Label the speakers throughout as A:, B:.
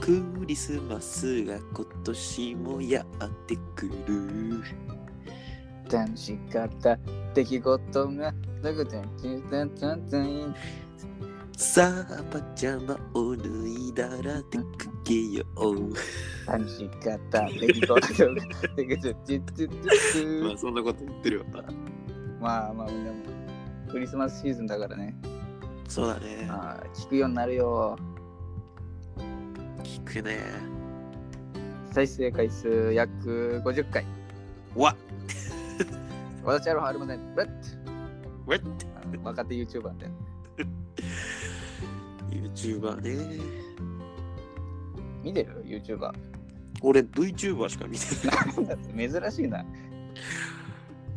A: クリスマスが今年もやってくる。
B: 楽しかった出来事がなくてたたたい
A: さあ、パジャマを脱いだら出かけよう。
B: 楽しかった出来事が出来事ちゅちゅちゅち
A: まあ、
B: ゅ
A: そんなこと言ってるよな。
B: まあまあみんなもクリスマスシーズンだからね
A: そうだね。
B: ああ聞くようになるよ
A: 聞くね。
B: 再生回数約50回
A: わっ
B: 私はありませんブッ
A: わっ
B: あの若手 YouTuber で
A: !YouTuber ね。
B: 見てる YouTuber
A: 俺 VTuber しか見てない。
B: 珍しいな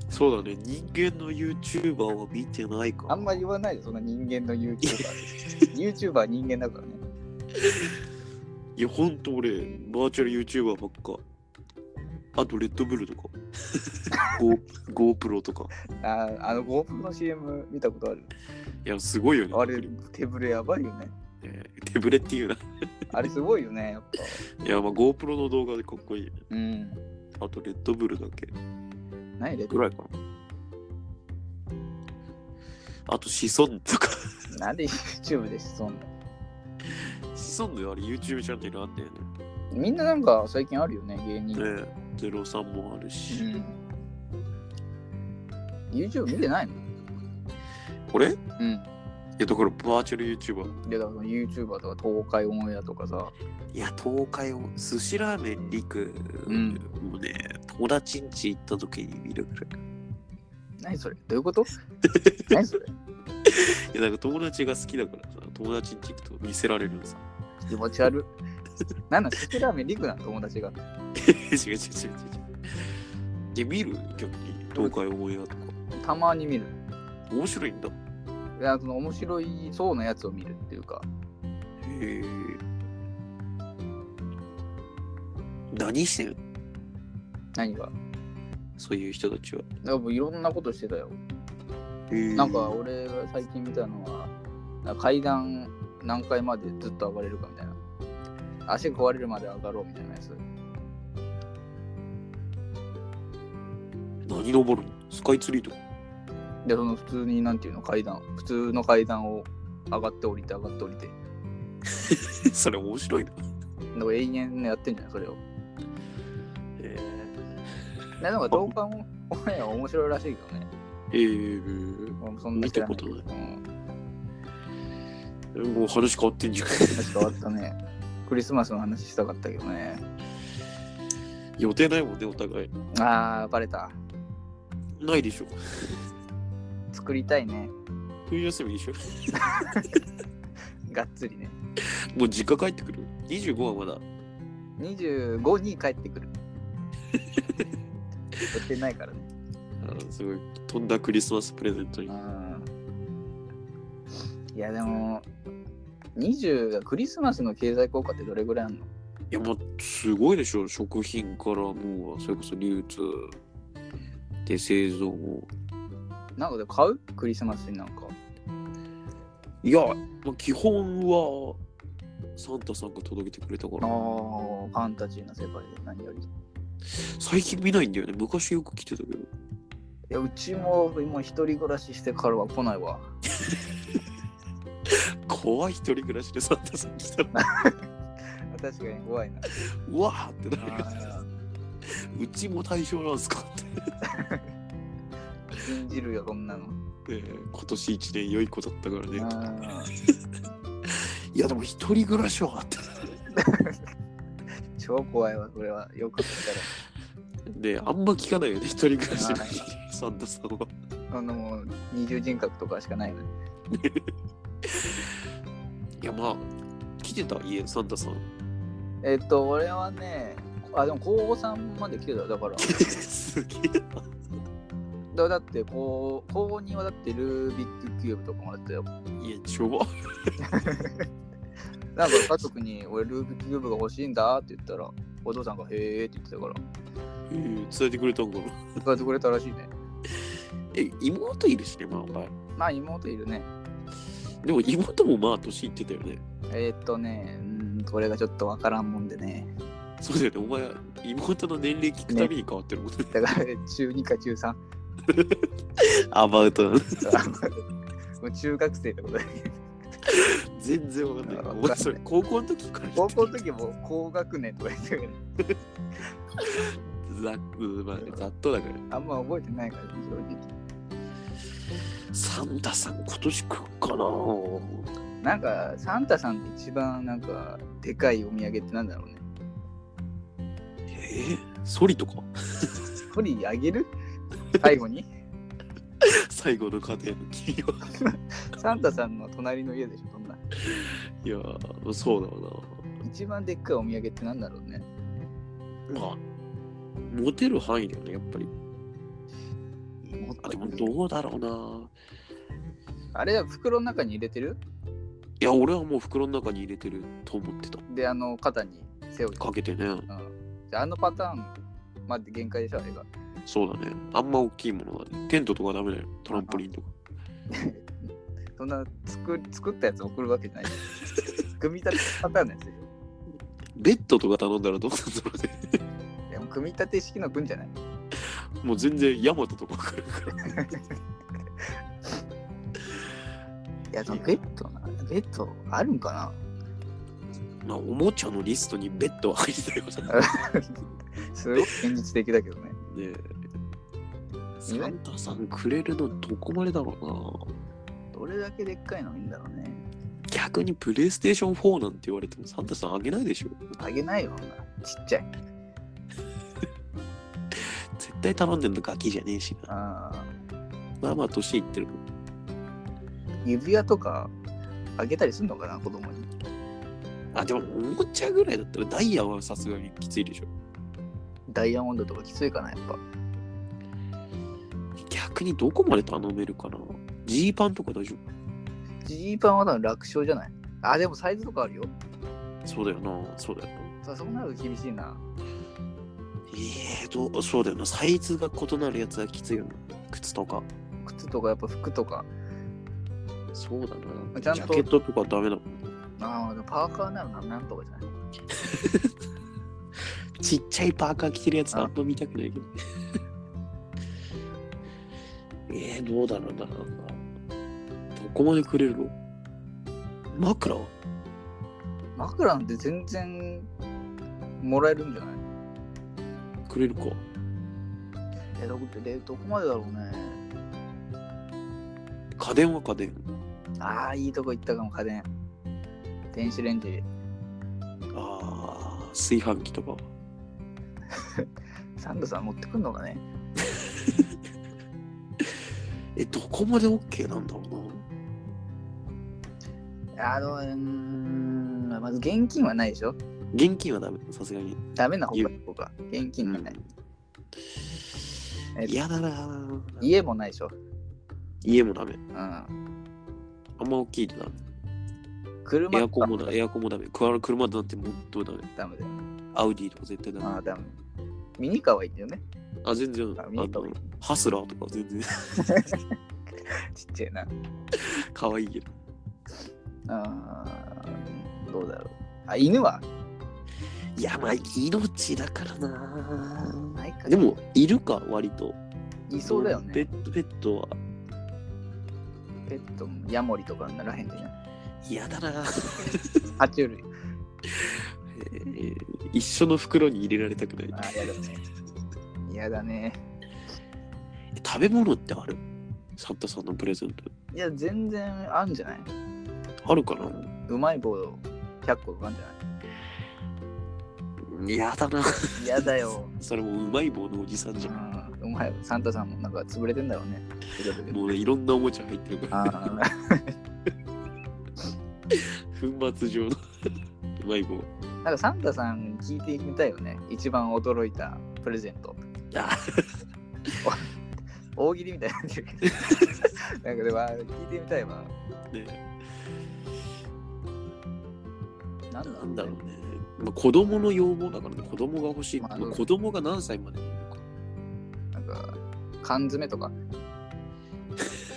A: そうだね。人間の YouTuber は見てないか。
B: あんま言わないでそんな人間の YouTuberYouTuber は人間だからね
A: いや、ほんと俺、バーチャル YouTuber ばっか。あと、レッドブル とか。Go GoPro とか。
B: あーあの GoPro の CM 見たことある
A: いや、すごいよね。
B: あれ手ぶれやばいよね
A: えー手ぶれっていうな。
B: あれすごいよねやっぱ
A: いや、まあ GoPro の動画でかっこいいよね。
B: うん
A: あと、レッドブルだけ。
B: 何レッ
A: ぐらいかな。あと、シソンヌとか。
B: なんで YouTube でそんな
A: シソンヌあれ YouTube チャンネルあんだよね。
B: みんななんか最近あるよね芸人、
A: ねゼロさんもあるし。
B: うん、YouTube 見てないの
A: 俺い
B: うん
A: や、だからバーチャル YouTuber。
B: でだから YouTuber とか東海オンエアとかさ
A: いや、東海を、寿司ラーメンリク、
B: うん
A: もうね、友達ん家行った時に見るぐらい。
B: 何それどういうこと 何それ
A: いや、なんか友達が好きだからさ、友達ん家行くと見せられるのさ。
B: 気持ち悪いなんなんステラーメンリクなの友達が
A: 違う違う違う違う。で、見る逆に、東海オンエアとか。
B: たまに見る
A: 面白いんだ。
B: いやその面白いそうなやつを見るっていうか
A: へえ。何してる
B: 何が
A: そういう人たちは。
B: なんかもういろんなことしてたよなんか俺が最近見たのはなんか階段何階までずっと上がれるかみたいな足壊れるまで上がろうみたいなやつ
A: 何登るのスカイツリーとか。
B: でその普通になんていうの階段普通の階段を上がって降りて上がって降りて
A: それ面白いな。
B: なんか永遠やってんじゃないそれを
A: え
B: でなんか動画もお前は面白いらしいけどね
A: えー。
B: 俺もそんな知らないけど
A: 見た
B: うん
A: もう話変わってんじ ゃん。
B: 確か終わったねクリスマスの話したかったけどね
A: 予定ないもんね、お互い。
B: あーバレた
A: ないでしょ。
B: 作りたいね
A: 冬休みでしょ。
B: がっつりね
A: もう実家帰ってくる。25はまだ。
B: 25に帰ってくる やってないからね
A: あーすごい。飛んだクリスマスプレゼントに。
B: いやでも20がクリスマスの経済効果ってどれぐらいあんの
A: いや、もうすごいでしょ。食品からもう、それこそ流通。で、製造も。
B: なんかで買うクリスマスになんか
A: いや、まあ、基本はサンタさんが届けてくれたか
B: ああ
A: ら
B: ファンタジーな世界で何よりい
A: 最近見ないんだよね昔よく来てたけど
B: やうちも今一人暮らししてからは来ないわ
A: 怖い一人暮らしでサンタさん来たら
B: 確かに怖いな
A: うわーってなるよねうちも対象なんすかって、
B: 信じるよこんなの
A: ねえ今年一年良い子だったからね
B: あー
A: いやでも一人暮らしはあった
B: 超怖いわこれはよく見
A: ねえあんま聞かないよね一人暮らしで
B: はい
A: サンタさんは
B: たらあのもう二重人格とかしかないよね
A: いやまあ来てた家サンタさん
B: えっと俺はねあでも高3まで来てたよだから
A: すげえ
B: だだってこう高2はだってルービックキューブとかもらったよ
A: いやちょぼ
B: なんか家族に俺ルービックキューブが欲しいんだって言ったらお父さんがへえって言ってたから
A: えー伝えてくれたんかな
B: 伝えてくれたらしいね
A: え妹いるしねまあお前
B: まあ妹いるね
A: でも妹もまあ年いってたよね。
B: えーっとねうんん、これがちょっとわからんもんでね。
A: そうだよね、お前、妹の年齢聞くたびに変わってるもんね。
B: だから、中2か中 3?
A: アバウトなの。
B: もう中学生ってことで。
A: 全然わかんない。
B: あわか
A: お
B: んない
A: 前、それ、高校の時から。
B: 高校の時も高学年とか言ってたから、
A: ざっく、まあ、ざっとだから。
B: あんま覚えてないから、正直。
A: サンタさん、今年来っかな
B: なんか、サンタさんって一番なんか、でかいお土産ってなんだろうね。
A: えー、ソリとか
B: ソリあげ る最後に
A: 最後の家庭の君は。
B: サンタさんの隣の家でしょ、そんな。
A: いやー、そうだろ
B: 一番でっかいお土産ってなんだろうね。
A: うな。まあ、モテる範囲だよね、やっぱり。
B: もっ
A: あ、で
B: と
A: もどうだろうな。
B: あれは袋の中に入れてる
A: いや、俺はもう袋の中に入れてると思ってた。
B: で、あの、肩に背負いて
A: かけてね。
B: うんであのパターンまで限界でしょ、あれが。
A: そうだね。あんま大きいものは、テントとかダメだよ。トランポリンとか。
B: そんな作作ったやつ送るわけ じゃない。組み立てパターンのやつでしょ。
A: ベッドとか頼んだらどうなんだろうね。
B: でも組み立て式の分じゃない。
A: もう全然ヤマトとか来るから。
B: いや、でもベッドな。ベッドあるんかな
A: まあ、おもちゃのリストにベッドは入ってたよな。
B: すごい現実的だけど
A: ね
B: ね。
A: え。サンタさんくれるのどこまでだろうな。
B: どれだけでっかいのがいいんだろうね。
A: 逆にプレイステーション4なんて言われてもサンタさんあげないでしょ。
B: あげないよ、ちっちゃい。
A: 絶対頼んでんのガキじゃねえしな。
B: あ
A: まあまあ年いってるの。
B: ー指輪とかあげたりするのかな、子供に。
A: あ、でもおもちゃぐらいだったらダイヤはさすがにきついでしょ。
B: ダイヤモンドとかきついかな、やっぱ。
A: 逆にどこまで頼めるかな。ジーパンとか大丈
B: ジーパンは多分楽勝じゃないあ、でもサイズとかあるよ。
A: 夫そうだよな。そうだよな。
B: さそうなると厳しいな。
A: ええー、と、そうだよな。サイズが異なるやつはきついよな。靴とか。
B: 靴とかやっぱ服とか。
A: そうだな。
B: ちゃん
A: ジ
B: と
A: ャケットとかダメだもん。
B: ああ、でもパーカーならななんとかじゃない。
A: ちっちゃいパーカー着てるやつ
B: あ
A: あんま見たくないけど。 えー、どうだろうな。どこまでくれるの枕は
B: 枕なんて全然もらえるんじゃない
A: くれるか。
B: えどこでどこまでだろうね。
A: 家電は家電。
B: ああ、いいとこ行ったかも、家電。電子レンジ。
A: ああ、炊飯器とか。
B: サンドさん持ってくんのかね
A: え、どこまで OK なんだろうな。
B: あの、うーん、まず現金はないでしょ
A: 現金はダメ、さすがに。
B: ダメな方
A: ゆ
B: がいい方か。現金がない。え
A: 嫌だな。
B: 家もないでしょ
A: 家もダメ。
B: うん。
A: あんま大きいとダメ。エ
B: 車
A: ア
B: と
A: コ
B: か
A: ンもだエアコンもダメ。クワ車なんてもっとダメ。
B: ダメだよ。
A: アウディとか絶対ダメ。
B: ああ、ダメ。ミニカーはいいんだよね。
A: あ、全然。
B: あ
A: あ
B: ミニカー
A: の
B: はいい。
A: ハスラーとか全然
B: ちっちゃいな。
A: 可愛いけど。
B: あーどうだろう。あ、犬はい
A: や、まあ、命だからな。
B: ないか。
A: で、も、いるか、割と。
B: いそうだよ
A: ペ
B: ね。
A: ット、ペットは
B: ペットもヤモリとかにならへんでね。
A: 嫌だな。
B: 爬虫類。
A: えー一緒の袋に入れられたくない。
B: あー、やだね。 嫌だね。
A: 食べ物ってあるサンタさんのプレゼント。
B: いや、全然あんじゃない
A: あるかな
B: うまい棒100個とかあんじゃな
A: 嫌だな。
B: い嫌だよ。
A: それもううまい棒のおじさん
B: う
A: じゃん。
B: ん、うまい。サンタさんもなんか潰れてんだろうね。
A: もうねいろんなおもちゃ入ってるから。
B: あ ー
A: 粉末状のうまい棒。
B: なんかサンタさんに聞いてみたいよね。一番驚いたプレゼント。
A: あ
B: 大喜利みたいになってる けど。なんかでもあー聞いてみたいわ。
A: ね
B: なんだろ
A: な
B: う,、
A: んだろうね。まあ、子供の要望だからね、子供が欲しい。
B: ま
A: ま
B: あ
A: あ、
B: そう
A: 子供が何歳までいるか。
B: なんか缶詰とか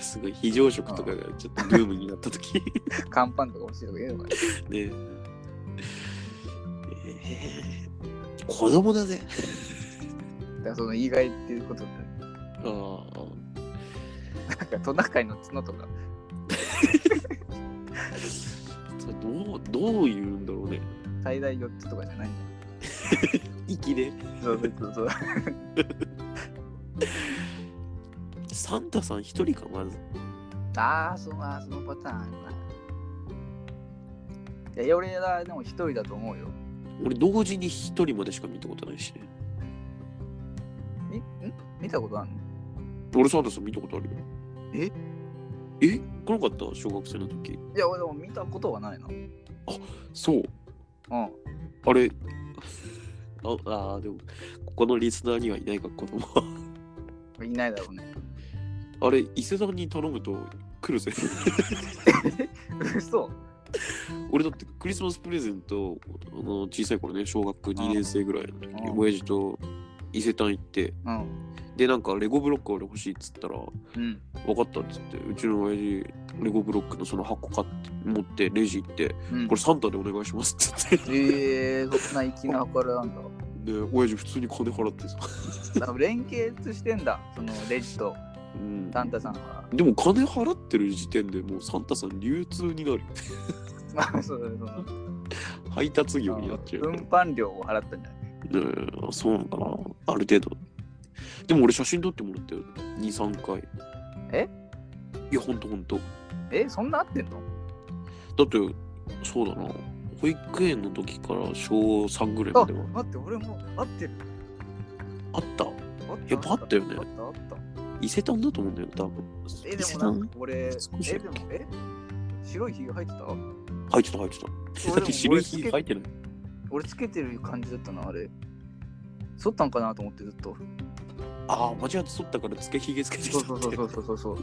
A: すごい非常食とかがちょっとブームになった時
B: 乾パンとか欲しいとか言うのかな
A: ねえー子供だぜ。
B: だからその意外っていうことで、
A: ああ。
B: なんかトナカイの角とか、
A: それどう、どう言うんだろうね。
B: 最大4つとかじゃないん
A: 息で。
B: だよそうそうそう。
A: サンタさん一人か、まず。
B: ああ、そのあーそのパターンあるな。いや、俺はでも一人だと思うよ。
A: 俺、同時に一人までしか見たことないしね。
B: みん見たことあるの
A: 俺、サンタさん見たことあるよ。
B: え
A: え来なかった小学生の時。
B: いや、俺でも見たことはないな。うん。
A: そう。あれ。 ああー、でも、ここのリスナーにはいないか、子供は。
B: いないだろうね。
A: あれ、伊勢さんに頼むと来るぜ。
B: 嘘
A: 俺だってクリスマスプレゼントあの小さい頃ね小学2年生ぐらいの時に
B: うん
A: 親父と伊勢丹行って
B: うん。
A: でなんかレゴブロック俺欲しいっつったら
B: うん。
A: 分かったっつってうちの親父レゴブロックのその箱買って持ってレジ行って
B: うん
A: これサンタでお願いしますっつって
B: えー、そんな粋な計らいなんだ。
A: で親父普通に金払ってさ、
B: なんか連携してんだ、そのレジと
A: うん、
B: サンタさんは。
A: でも金払ってる時点でもうサンタさん流通になる
B: まあ、そうだね、その。
A: 配達業になっちゃうから
B: 運搬料を払ったんじゃない
A: うんそうなのかなある程度でも俺写真撮ってもらったよ23回
B: え
A: いやほんとほんと
B: え、そんな合ってんの
A: だってそうだな保育園の時から小3ぐらい
B: あ、
A: までは
B: 待って、俺も合ってる。
A: あった
B: 合っ
A: いや合ったよね
B: 合った合った。
A: 伊勢丹だと思うんだよ多分
B: え、
A: 伊
B: で
A: 勢
B: もなん
A: 丹
B: か俺、え、
A: 少しだ
B: で
A: っけ
B: も、え白いひげ入ってた
A: 入ってた入ってただっ
B: 俺で
A: て
B: も
A: 白いひげ入ってない
B: 俺つけてる感じだったな、あれ。剃ったんかなと思ってずっ と。
A: ああ間違って剃ったからつけひげつけてきた
B: そ
A: っ
B: う
A: て
B: そうそうそうそうそう。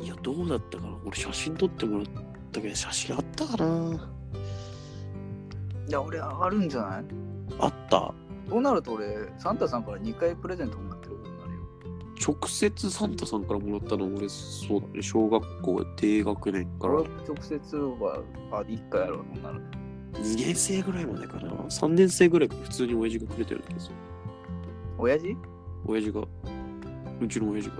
A: いやどうだったかな俺写真撮ってもらったけど写真あったかない
B: や、俺、あるんじゃない
A: あった
B: そうなると俺、サンタさんから2回プレゼントもらってることになるよ。
A: 直接サンタさんからもらったの俺そうだね小学校低学年から
B: 俺は直接は、あ、1回やろう、そんなの。
A: 2年生ぐらいまでかな3年生ぐらい普通に親父がくれてるんですよ
B: 親父
A: 親父がうちの親父が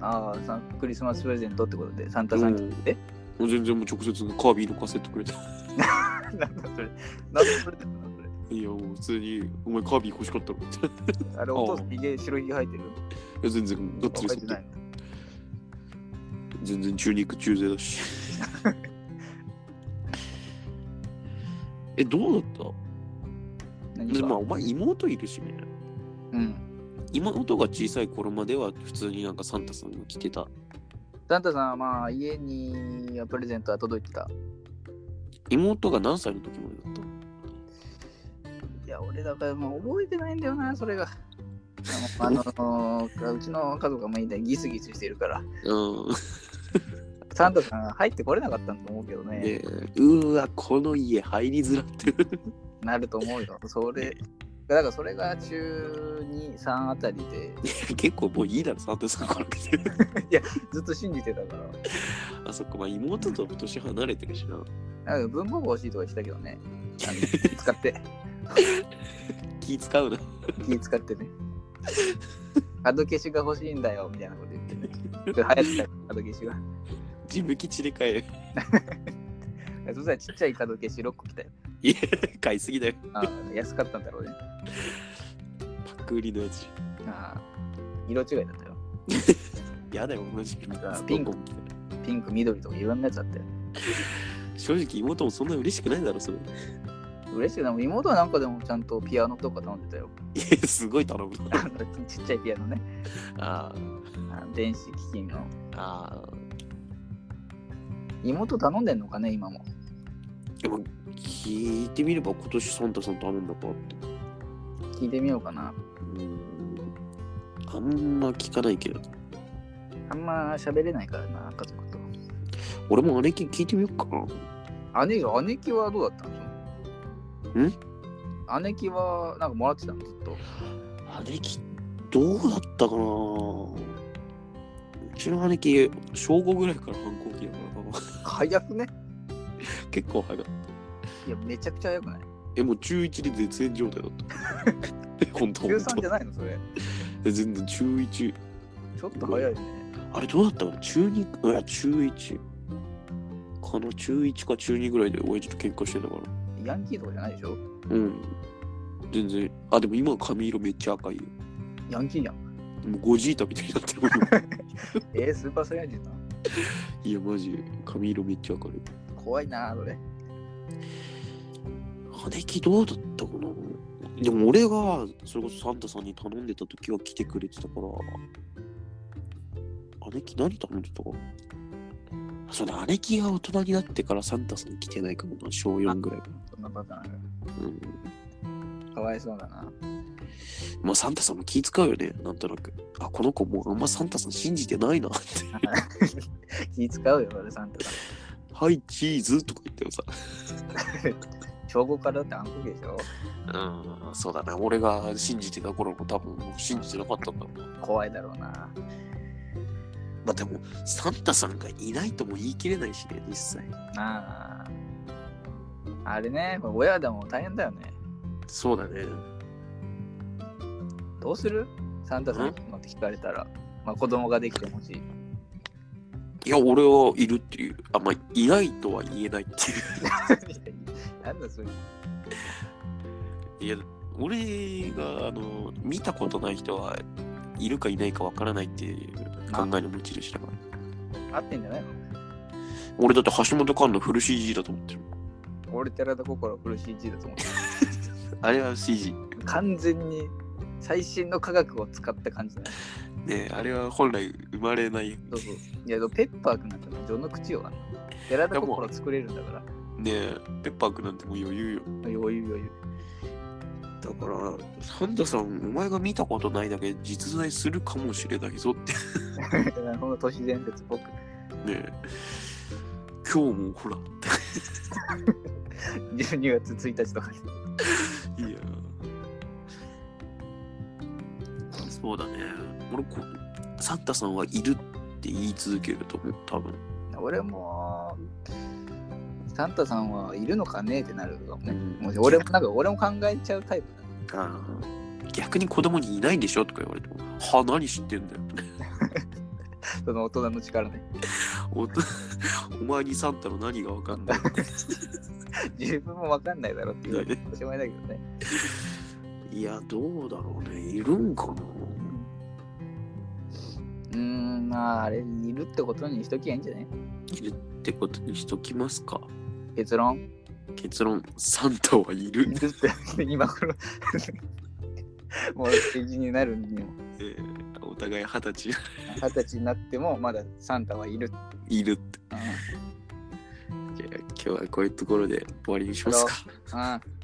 B: ああ、サンクリスマスプレゼントってことで、サンタさんに。
A: うん
B: え
A: もう全然もう直接カービィのカセットくれた
B: なんだそれ。なんでそれだよな、そ
A: いやもう普通にお前カービィ欲しかったろって い
B: れ。あれ、お父さん、ひげ、白ひげ生えてる
A: や全然がっつり
B: 生
A: そ
B: え
A: ってて
B: ない
A: 全然中肉中背だし えどうだっ
B: 何
A: たで
B: が
A: まあお前妹いるしね
B: うん。
A: 妹が小さい頃までは普通になんかサンタさんが来てた
B: サンタさんは、まあ、家にプレゼントは届いてた。
A: 妹が何歳の時までだった
B: いや、俺だからもう覚えてないんだよな、それが。あの、あのうちの家族が毎回ギスギスしてるから、
A: うん
B: サンタさんが入ってこれなかったと思うけどね、
A: でうーわこの家入りづらって
B: なると思うよ。それ、だからそれが中2、3あたりで、
A: 結構もういいだろサンタさんから来て
B: ずっと信じてたから、
A: あそっかまあ妹と年離れてるしな
B: なんか文房具欲しいとか言ってたけどね、あの使って、
A: 気使うな
B: 気使ってね。角消しが欲しいんだよみたいなこと言ってね。流行ってたよ角消しが。
A: 事務基地で買え
B: そしたらちっちゃい角消し6個来たよ。
A: いや買いすぎだよ
B: あー安かったんだろうね。
A: パック売りのやつ
B: ああ、色違いだったよ。
A: やだよ同じ
B: なんかピンク
A: どこも来てる
B: ピンク、緑とかいろんなやつあったよ。
A: 正直妹もそんな嬉しくないだろそれい
B: 嬉しいな、もう妹はなんかでもちゃんとピアノとか頼んでたよ。
A: やすごい頼む
B: あのちっちゃいピアノね。
A: あ
B: あの電子機器の。
A: ーあ
B: 妹頼んでんのかね、今も。
A: ーでも聞いてみれば今年サンタさん頼んだかって
B: 聞いてみようかな。
A: うんあんま聞かないけど
B: あんま喋れないからな、家族と。
A: 俺も姉貴に聞いてみようかな
B: 姉が、姉貴はどうだったの
A: ん
B: 姉貴はなんかもらってたの、ずっと。
A: 姉貴どうだったかなうちの姉貴小5ぐらいから反抗期だからな
B: 早くね。
A: 結構早かった
B: いや、めちゃくちゃ早くない
A: え、もう中1で絶縁状態だ った。え、ほんとほん
B: 13じ
A: と。
B: ゃないのそれ。
A: え全然中1。
B: ちょっと早いね。
A: あれどうだったの中2、いや、中1。かな、中1か中2ぐらいで親父と喧嘩してたから。
B: ヤンキーとかじゃないでしょ
A: うん。全然。あ、でも今髪色めっちゃ赤いよ。
B: ヤンキーやん。
A: もうゴジータみたいにな ってるよ。
B: えー、スーパーサイヤ人だ。
A: いや、マジ、髪色めっちゃ明るい。
B: 怖いな、それ。
A: 羽木どうだったかなでも俺が、それこそサンタさんに頼んでた時は来てくれてたから、姉貴何頼んでたかあそうね、姉貴が大人になってからサンタさん来てないかもな、小4ぐらいかな。
B: そんなバカな
A: うん。
B: のかわいそうだな。
A: まあサンタさんも気遣うよね、なんとなく。あ、この子もうあんまサンタさん信じてないな って。
B: 気使うよ、俺さんとか。
A: はい、チーズとか言ってもさ。
B: 小5からだって暗黒期でしょ
A: うん、そうだな。俺が信じてた頃も多分信じてなかったんだろうな。
B: 怖いだろうな。
A: まあでも、サンタさんがいないとも言い切れないしね、実際。
B: なあ。あれね、これ親でも大変だよね。
A: そうだね。
B: どうするサンタさんのって聞かれたら。まあ子供ができてもし。
A: いや、俺はいるっていう。あ、まあ、いないとは言えないって
B: なんだそれ。
A: いう。いや、俺が、あの、見たことない人は、いるかいないかわからないっていう考えの持ち主だから。
B: 合ってんじゃないの
A: 俺だって橋本環のフル CG だと思ってる。
B: 俺寺田心苦しい字だと思って
A: あれは CG。
B: る。完全に最新の科学を使った感じだね。
A: ねえあれは本来生まれない。
B: そうそう。いや、でもペッパーくんなんかね、序の口よ。寺田心作れるんだから。
A: ねえペッパーくんなんてもう余裕よ。
B: 余裕余裕。
A: だから、サンタさん、お前が見たことないだけ実在するかもしれないぞって
B: ほんと都市伝説っぽく。
A: ね。今日もほら。
B: 12月1日とかに。
A: いやー。そうだね。俺こ、サンタさんはいるって言い続けると思う、多分。
B: 俺も、サンタさんはいるのかねってなるかもね。
A: うん
B: もう俺も、なんか俺も考えちゃうタイプ
A: あー逆に子供にいないでしょとか言われても、は、何知ってんだよ。
B: だ。その大人の 力ね。
A: おお前にサンタの何がわかんない。
B: 自分もわかんないだろっていう
A: ね
B: おしまいだけどね。
A: いや、どうだろうね。いるんかな
B: うーん、まあ、あれ、いるってことにしときゃいいんじゃない
A: いるってことにしときますか。
B: 結論。
A: 結論、サンタはいる
B: い。るって、 今頃。もう成人になるにも、
A: えーお互い二十歳
B: 二十歳になっても、まだサンタはいる。
A: いるって。じゃあ今日はこういうところで終わりにしますか。
B: うん。